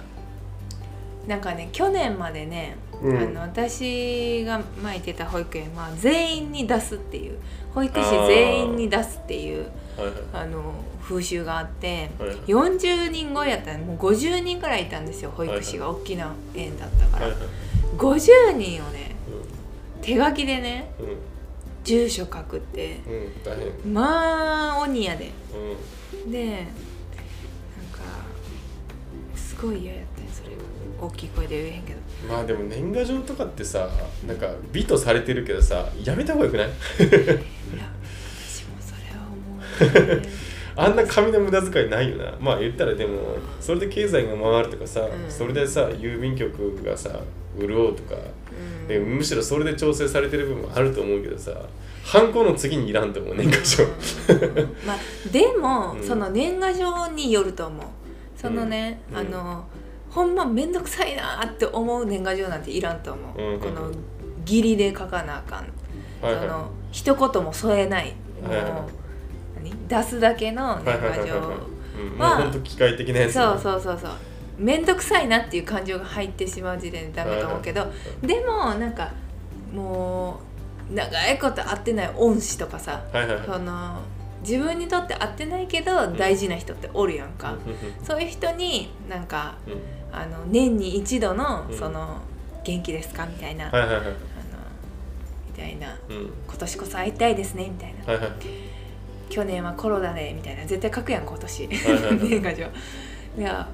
[SPEAKER 2] なんかね去年までね、
[SPEAKER 1] うん
[SPEAKER 2] あの私が前行ってた保育園は全員に出すっていう保育士全員に出すっていう
[SPEAKER 1] はいはい
[SPEAKER 2] あの風習があって、
[SPEAKER 1] はい
[SPEAKER 2] 40人超えやったらもう50人ぐらいいたんですよ保育士が大きな園だったか
[SPEAKER 1] は
[SPEAKER 2] ら、
[SPEAKER 1] いはい
[SPEAKER 2] 50人をね手書きでね
[SPEAKER 1] うんうん
[SPEAKER 2] 住所書くって
[SPEAKER 1] うん大変うん
[SPEAKER 2] まあ鬼やででなんかすごい嫌やったよそれが大きい声で言えへんけど
[SPEAKER 1] まあでも年賀状とかってさなんか美とされてるけどさやめた方がよくない
[SPEAKER 2] いや私もそれは思う
[SPEAKER 1] (laughs)
[SPEAKER 2] ね
[SPEAKER 1] あんな紙の無駄遣いないよなまあ言ったらでもそれで経済が回るとかさ、
[SPEAKER 2] うん
[SPEAKER 1] それでさ郵便局がさ潤うとか
[SPEAKER 2] うん
[SPEAKER 1] でむしろそれで調整されてる部分もあると思うけどさハンコの次にいらんと思う年賀状
[SPEAKER 2] うんまあでも、
[SPEAKER 1] うん
[SPEAKER 2] その年賀状によると思うそのね、
[SPEAKER 1] うん
[SPEAKER 2] あのほんまめんどくさいなって思う年賀状なんていらんと思う、
[SPEAKER 1] うん
[SPEAKER 2] この義理で書かなあかん、
[SPEAKER 1] はい
[SPEAKER 2] そ
[SPEAKER 1] は
[SPEAKER 2] の一言も添えない、
[SPEAKER 1] はいはい
[SPEAKER 2] もう何出すだけの
[SPEAKER 1] いはい
[SPEAKER 2] 年
[SPEAKER 1] はいはい
[SPEAKER 2] 賀
[SPEAKER 1] はい
[SPEAKER 2] 状
[SPEAKER 1] うんも
[SPEAKER 2] は
[SPEAKER 1] うほんと機械的なやつ
[SPEAKER 2] そうそうそうそう面倒くさいなっていう感情が入ってしまう時点でダメと思うけど、でもなんかもう長いこと会ってない恩師とかさ
[SPEAKER 1] はいはいはい
[SPEAKER 2] その自分にとって会ってないけど大事な人っておるやんか、そういう人になんか
[SPEAKER 1] うんうん
[SPEAKER 2] あの年に一度の
[SPEAKER 1] うん
[SPEAKER 2] その「元気ですか?」みたいな、
[SPEAKER 1] はい
[SPEAKER 2] あの
[SPEAKER 1] はいはい
[SPEAKER 2] みたいな「
[SPEAKER 1] うん
[SPEAKER 2] 今年こそ会いたいですね」みたいな
[SPEAKER 1] はいはい
[SPEAKER 2] 去年はコロナでみたいな絶対書くやん今年
[SPEAKER 1] はいはいはい
[SPEAKER 2] (laughs) 年賀状いや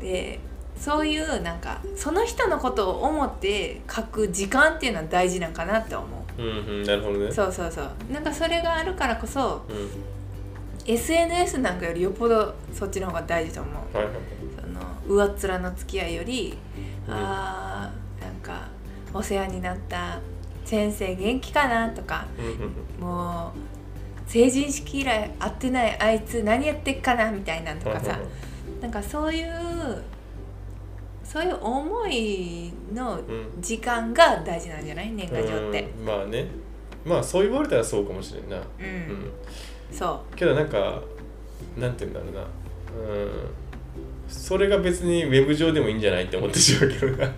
[SPEAKER 2] でそういうなんかその人のことを思って書く時間っていうのは大事なんかなって思
[SPEAKER 1] う
[SPEAKER 2] う
[SPEAKER 1] んうんなるほどね
[SPEAKER 2] そうそうそうなんかそれがあるからこそ
[SPEAKER 1] うん
[SPEAKER 2] SNS なんかよりよっぽどそっちの方が大事と思う
[SPEAKER 1] はいはい
[SPEAKER 2] その上っ面の付き合いより、
[SPEAKER 1] うん
[SPEAKER 2] あーなんかお世話になった先生元気かなとか
[SPEAKER 1] うんうんうん
[SPEAKER 2] もう成人式以来会ってないあいつ何やってっかなみたいなんとかさ、
[SPEAKER 1] はいはいはい
[SPEAKER 2] なんかそういうそういう思い
[SPEAKER 1] う
[SPEAKER 2] の
[SPEAKER 1] ん
[SPEAKER 2] 時間が大事なんじゃない年賀状って
[SPEAKER 1] うんまあねまあそう言われたらそうかもしれんな、
[SPEAKER 2] う
[SPEAKER 1] う
[SPEAKER 2] ん、
[SPEAKER 1] ん、
[SPEAKER 2] そ
[SPEAKER 1] けどなんかなんて言うんだろうなうんそれが別にウェブ上でもいいんじゃないって思ってしまうけどな
[SPEAKER 2] う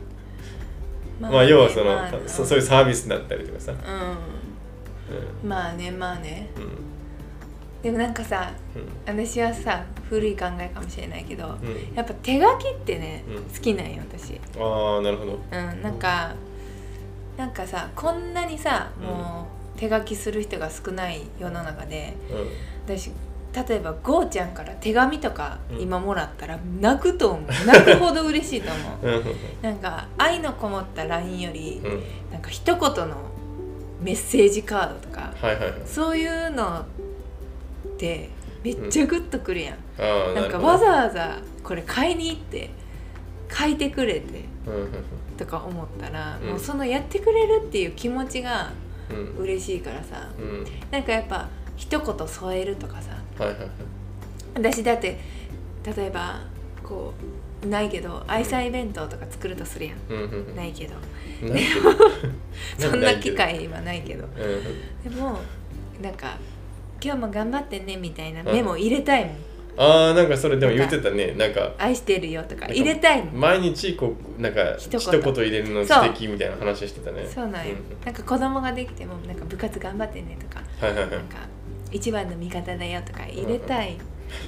[SPEAKER 1] まあ要はその、
[SPEAKER 2] まあ
[SPEAKER 1] そそういうサービスだったりとかさ、う
[SPEAKER 2] うんまあねまあね
[SPEAKER 1] んうん
[SPEAKER 2] でもなんかさ
[SPEAKER 1] うん
[SPEAKER 2] 私はさ古い考えかもしれないけど
[SPEAKER 1] うん
[SPEAKER 2] やっぱ手書きってね、
[SPEAKER 1] うん
[SPEAKER 2] 好きなんよ私
[SPEAKER 1] ああなるほど
[SPEAKER 2] うんなんかなんかさこんなにさもう手書きする人が少ない世の中で
[SPEAKER 1] う
[SPEAKER 2] 私例えばゴーちゃんから手紙とか
[SPEAKER 1] うん
[SPEAKER 2] 今もらったら泣くと思う泣くほど嬉しいと思
[SPEAKER 1] (laughs)
[SPEAKER 2] う
[SPEAKER 1] んうん
[SPEAKER 2] なんか愛のこもった LINE より
[SPEAKER 1] うん
[SPEAKER 2] なんか一言のメッセージカードとか
[SPEAKER 1] はいはいはい
[SPEAKER 2] そういうのってめっちゃグッとくるやん、
[SPEAKER 1] ああ
[SPEAKER 2] なんかわざわざこれ買いに行って書いてくれて
[SPEAKER 1] うんうん
[SPEAKER 2] とか思ったら、
[SPEAKER 1] うん
[SPEAKER 2] もうそのやってくれるっていう気持ちが
[SPEAKER 1] うん
[SPEAKER 2] 嬉しいからさ
[SPEAKER 1] うん
[SPEAKER 2] なんかやっぱ一言添えるとかさ
[SPEAKER 1] はいはいはい
[SPEAKER 2] 私だって例えばこうないけど愛妻弁当とか作るとするやん
[SPEAKER 1] うんうん
[SPEAKER 2] ないけど
[SPEAKER 1] なんて
[SPEAKER 2] (laughs) そん
[SPEAKER 1] な
[SPEAKER 2] なん
[SPEAKER 1] て
[SPEAKER 2] 機会はないけど
[SPEAKER 1] うんうん
[SPEAKER 2] でもなんか「今日も頑張ってね」みたいなメモ入れたいもん
[SPEAKER 1] ああなんかそれでも言ってたねなんか
[SPEAKER 2] 「愛してるよ」とか入れたいもん
[SPEAKER 1] 毎日こうなんか
[SPEAKER 2] 一
[SPEAKER 1] 一
[SPEAKER 2] 言
[SPEAKER 1] 言入れるの素敵みたいな話してたね
[SPEAKER 2] そうなんよ
[SPEAKER 1] ん
[SPEAKER 2] なんか子供ができてもなんか部活頑張ってねとか
[SPEAKER 1] はいはいは
[SPEAKER 2] なんか一番の味方だよとか入れたい、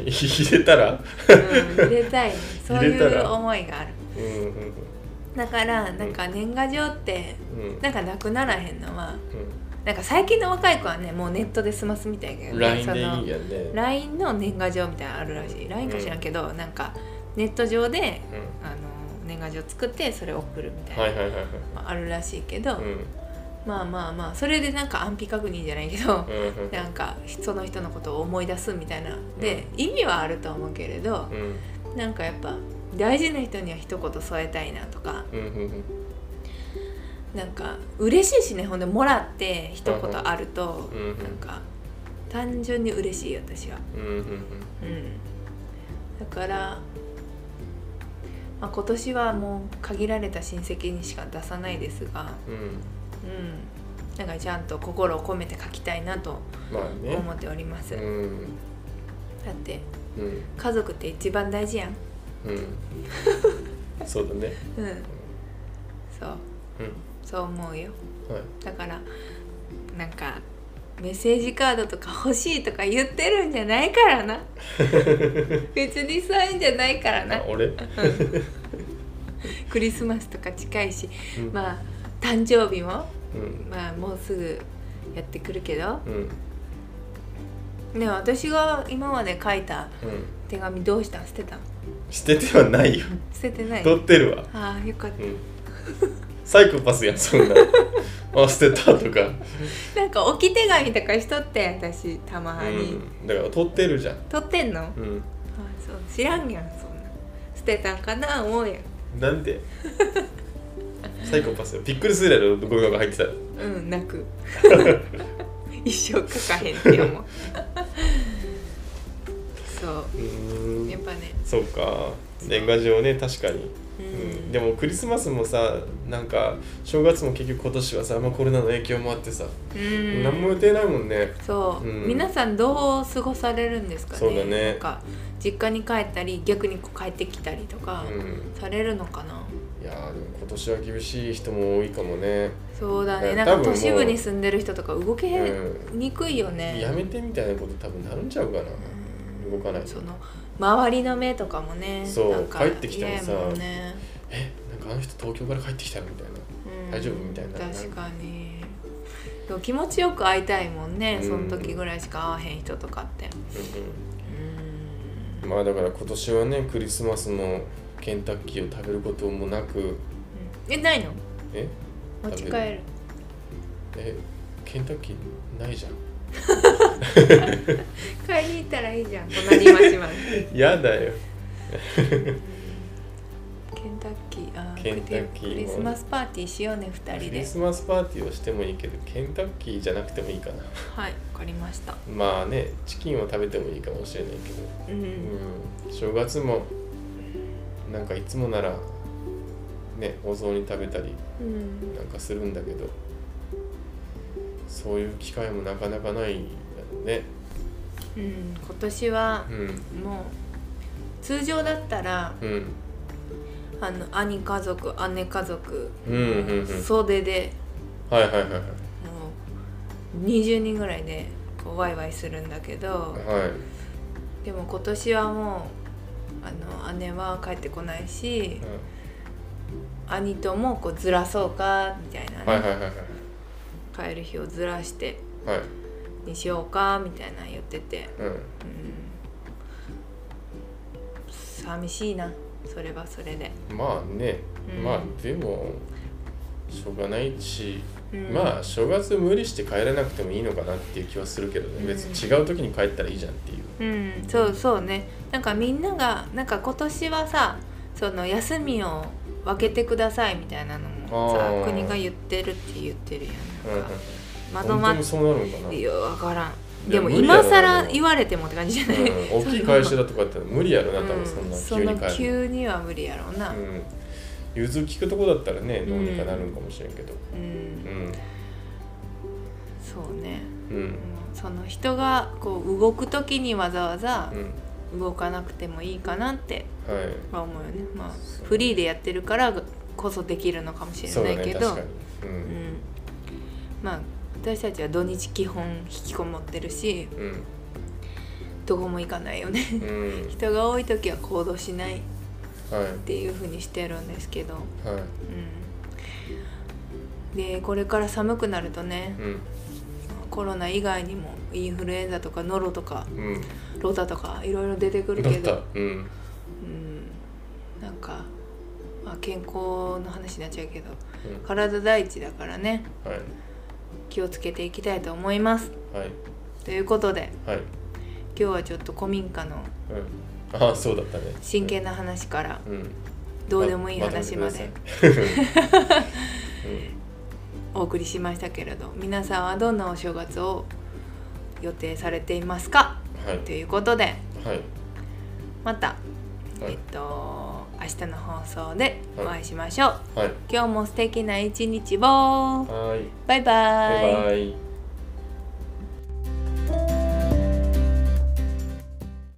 [SPEAKER 1] い入れたら
[SPEAKER 2] うん、入れ
[SPEAKER 1] (laughs)
[SPEAKER 2] たいそうい
[SPEAKER 1] 入れた
[SPEAKER 2] う
[SPEAKER 1] ら
[SPEAKER 2] 思いがある
[SPEAKER 1] うんうんうん
[SPEAKER 2] だからなんか年賀状って
[SPEAKER 1] うん
[SPEAKER 2] なんかなくならへんのはなんか最近の若い子はねもうネットで済ますみたいやけ
[SPEAKER 1] う
[SPEAKER 2] ど
[SPEAKER 1] ん
[SPEAKER 2] ね
[SPEAKER 1] LINE
[SPEAKER 2] そ
[SPEAKER 1] でいい
[SPEAKER 2] の
[SPEAKER 1] やんね
[SPEAKER 2] LINE の年賀状みたいなのあるらしい LINE か知らんけど、なんかネット上で
[SPEAKER 1] うん
[SPEAKER 2] あの年賀状作ってそれ送るみたいな、
[SPEAKER 1] はいはいはいはい
[SPEAKER 2] まああるらしいけど、
[SPEAKER 1] うん
[SPEAKER 2] まあまあまあそれでなんか安否確認じゃないけど、
[SPEAKER 1] うんうん
[SPEAKER 2] なんかその人のことを思い出すみたいなで、意味はあると思うけれど
[SPEAKER 1] う、ん
[SPEAKER 2] なんかやっぱ大事な人には一言添えたいなとか
[SPEAKER 1] うんうんうん
[SPEAKER 2] なんか嬉しいしねほんでもらって一言あると、
[SPEAKER 1] うんうん
[SPEAKER 2] なんか単純に嬉しい私は。
[SPEAKER 1] うんうんうん
[SPEAKER 2] うん、だから、まあ、今年はもう限られた親戚にしか出さないですが、
[SPEAKER 1] うん
[SPEAKER 2] うん、なんかちゃんと心を込めて書きたいなと
[SPEAKER 1] まあね
[SPEAKER 2] 思っております、
[SPEAKER 1] うん
[SPEAKER 2] だって
[SPEAKER 1] うん
[SPEAKER 2] 家族って一番大事やん
[SPEAKER 1] うんそうだね
[SPEAKER 2] うんそう
[SPEAKER 1] うん
[SPEAKER 2] そう思うよ
[SPEAKER 1] はい
[SPEAKER 2] だからなんかメッセージカードとか欲しいとか言ってるんじゃないから
[SPEAKER 1] (laughs)
[SPEAKER 2] な別にそういうんじゃないからな
[SPEAKER 1] あ俺
[SPEAKER 2] クリスマスとか近いし
[SPEAKER 1] うん
[SPEAKER 2] まあ誕生日も
[SPEAKER 1] うん
[SPEAKER 2] まあもうすぐやってくるけど
[SPEAKER 1] うんうん
[SPEAKER 2] ねえ私が今まで書いた手紙どうしたん捨てたの
[SPEAKER 1] 捨ててはないよ
[SPEAKER 2] 捨ててない
[SPEAKER 1] 取ってるわ
[SPEAKER 2] ああよかっ
[SPEAKER 1] うんサイコパスやんそ
[SPEAKER 2] (laughs)
[SPEAKER 1] んなあ捨てたとか
[SPEAKER 2] たなんか置き手紙とかしとって私たま
[SPEAKER 1] う
[SPEAKER 2] に、
[SPEAKER 1] ん、だから取ってるじゃん、
[SPEAKER 2] 取ってんのあ
[SPEAKER 1] うん、
[SPEAKER 2] そう知らんやんそんな捨てたんかな思うやん
[SPEAKER 1] なん
[SPEAKER 2] (laughs)
[SPEAKER 1] でサイコパスよびっくりするやろゴミ箱入ってたら
[SPEAKER 2] うん泣
[SPEAKER 1] (laughs)
[SPEAKER 2] く一生書かへんって思うそううや
[SPEAKER 1] ー
[SPEAKER 2] っ
[SPEAKER 1] ん
[SPEAKER 2] ぱね
[SPEAKER 1] そうか年賀状ね確かに、
[SPEAKER 2] う
[SPEAKER 1] うん
[SPEAKER 2] ん
[SPEAKER 1] でもクリスマスもさなんか正月も結局今年はさ、まあ、コロナの影響もあってさ、
[SPEAKER 2] うん
[SPEAKER 1] 何も予定ないもんね
[SPEAKER 2] そう、
[SPEAKER 1] うん
[SPEAKER 2] 皆さんどう過ごされるんですかね
[SPEAKER 1] そうだね
[SPEAKER 2] なんか実家に帰ったり逆にこう帰ってきたりとか
[SPEAKER 1] うん
[SPEAKER 2] されるのかな、
[SPEAKER 1] いやーでも今年は厳しい人も多いかもね、
[SPEAKER 2] そうだね
[SPEAKER 1] い
[SPEAKER 2] な
[SPEAKER 1] や
[SPEAKER 2] んか
[SPEAKER 1] 多分も
[SPEAKER 2] 都
[SPEAKER 1] う
[SPEAKER 2] 市部に住んでる人とか動
[SPEAKER 1] う
[SPEAKER 2] け
[SPEAKER 1] ん、
[SPEAKER 2] にくいよね、
[SPEAKER 1] やめてみたいなこと多分なるんちゃうかな動かない
[SPEAKER 2] その周りの目とかもね
[SPEAKER 1] そう
[SPEAKER 2] なんか
[SPEAKER 1] 帰ってきてもさ
[SPEAKER 2] 嫌やんね
[SPEAKER 1] えなんかあの人東京から帰ってきたのみたいな
[SPEAKER 2] うん
[SPEAKER 1] 大丈夫みたいな
[SPEAKER 2] 確かにでも気持ちよく会いたいもんね
[SPEAKER 1] うん
[SPEAKER 2] その時ぐらいしか会わへん人とかってうん
[SPEAKER 1] うんまあだから今年はねクリスマスのケンタッキーを食べることもなく
[SPEAKER 2] えないの
[SPEAKER 1] え
[SPEAKER 2] 持ち帰
[SPEAKER 1] 食べ
[SPEAKER 2] る
[SPEAKER 1] えケンタッキーないじゃん
[SPEAKER 2] 買いに行ったらいいじゃん隣町まで
[SPEAKER 1] (laughs) やだよ
[SPEAKER 2] ケンタッキーあー
[SPEAKER 1] ケンタッキーも
[SPEAKER 2] クリスマスパーティーしようね2人
[SPEAKER 1] クリ
[SPEAKER 2] で
[SPEAKER 1] スマスパーティーをしてもいいけどケンタッキーじゃなくてもいいかな (laughs)
[SPEAKER 2] はいわかりました
[SPEAKER 1] まあねチキンを食べてもいいかもしれないけど
[SPEAKER 2] うん、
[SPEAKER 1] うん正月もなんかいつもならねお雑煮食べたり
[SPEAKER 2] うん
[SPEAKER 1] なんかするんだけどそういう機会もなかなかないんだろうね
[SPEAKER 2] うん今年は
[SPEAKER 1] うん
[SPEAKER 2] もう通常だったら
[SPEAKER 1] うん
[SPEAKER 2] あの兄家族姉家族、
[SPEAKER 1] うんうんうん
[SPEAKER 2] 袖で
[SPEAKER 1] はいはいはいは
[SPEAKER 2] もう20人ぐらいでこうワイワイするんだけど
[SPEAKER 1] いはい
[SPEAKER 2] でも今年はもうあの姉は帰ってこないし兄ともこうずらそうかみたいなね、
[SPEAKER 1] はいはいはいはい
[SPEAKER 2] 帰る日をずらして
[SPEAKER 1] はい
[SPEAKER 2] にしようかみたいなの言ってて、
[SPEAKER 1] うん
[SPEAKER 2] うん、寂しいなそれはそれで、
[SPEAKER 1] まあね、
[SPEAKER 2] うん
[SPEAKER 1] まあでもしょうがないし、
[SPEAKER 2] うん、
[SPEAKER 1] まあ正月無理して帰らなくてもいいのかなっていう気はするけどね、
[SPEAKER 2] うん
[SPEAKER 1] 別に違う時に帰ったらいいじゃんっていう
[SPEAKER 2] うん、そうそうねなんかみんながなんか今年はさその休みを分けてくださいみたいなのも
[SPEAKER 1] あー
[SPEAKER 2] さ国が言ってるって言ってるやんなんか、まと
[SPEAKER 1] 本
[SPEAKER 2] ま
[SPEAKER 1] 当
[SPEAKER 2] っ
[SPEAKER 1] にそうなるのかな、
[SPEAKER 2] (laughs) いや分から
[SPEAKER 1] い
[SPEAKER 2] ん
[SPEAKER 1] や
[SPEAKER 2] でも
[SPEAKER 1] 無理やろ
[SPEAKER 2] 今更言われてもって感じじゃない、
[SPEAKER 1] うん、大
[SPEAKER 2] (laughs)
[SPEAKER 1] きい会社だとかだったら無理やろな多分そんな急に
[SPEAKER 2] その
[SPEAKER 1] 帰る
[SPEAKER 2] 急には無理やろうな
[SPEAKER 1] の、うん、融通聞くとこだったらねどうにかなるのかもしれんけど
[SPEAKER 2] うん、
[SPEAKER 1] うん
[SPEAKER 2] そうね
[SPEAKER 1] うん
[SPEAKER 2] うんその人がこう動く時にわざわざ
[SPEAKER 1] うん
[SPEAKER 2] 動かなくてもいいかなって
[SPEAKER 1] はい
[SPEAKER 2] は思うよねまあ
[SPEAKER 1] そう
[SPEAKER 2] フリーでやってるからこそできるのかもし
[SPEAKER 1] そう
[SPEAKER 2] れ
[SPEAKER 1] だ
[SPEAKER 2] ない
[SPEAKER 1] ね
[SPEAKER 2] け
[SPEAKER 1] 確
[SPEAKER 2] ど、
[SPEAKER 1] かにう
[SPEAKER 2] うんん、まあ私たちは土日基本引きこもってるし
[SPEAKER 1] うん
[SPEAKER 2] どこも行かないよね (laughs)
[SPEAKER 1] うん
[SPEAKER 2] 人が多い時は行動しないっ
[SPEAKER 1] はい
[SPEAKER 2] ていう風にしてるんですけど、
[SPEAKER 1] はい
[SPEAKER 2] うん、でこれから寒くなるとね
[SPEAKER 1] うん
[SPEAKER 2] コロナ以外にもインフルエンザとかノロとか
[SPEAKER 1] うん
[SPEAKER 2] ロタとかいろいろ出てくる
[SPEAKER 1] だ
[SPEAKER 2] け
[SPEAKER 1] った
[SPEAKER 2] ど、
[SPEAKER 1] うん
[SPEAKER 2] うん、なんか、まあ、健康の話になっちゃうけど
[SPEAKER 1] うん
[SPEAKER 2] 体第一だからね
[SPEAKER 1] はい
[SPEAKER 2] 気をつけていきたいと思います。
[SPEAKER 1] はい
[SPEAKER 2] ということで
[SPEAKER 1] はい
[SPEAKER 2] 今日はちょっと古民家の
[SPEAKER 1] うんああそうだったね
[SPEAKER 2] 真剣な話から
[SPEAKER 1] うん
[SPEAKER 2] どうでもいい
[SPEAKER 1] ま
[SPEAKER 2] 話まで
[SPEAKER 1] とめてください
[SPEAKER 2] お送りしましたけれど皆さんはどんなお正月を予定されていますか
[SPEAKER 1] うんはい
[SPEAKER 2] ということで
[SPEAKER 1] はい
[SPEAKER 2] また、
[SPEAKER 1] はい
[SPEAKER 2] えっと明日の放送でお
[SPEAKER 1] はい
[SPEAKER 2] 会いしましょう。
[SPEAKER 1] はい
[SPEAKER 2] 今日も素敵な一日を
[SPEAKER 1] はい
[SPEAKER 2] バイバイ
[SPEAKER 1] バイバイ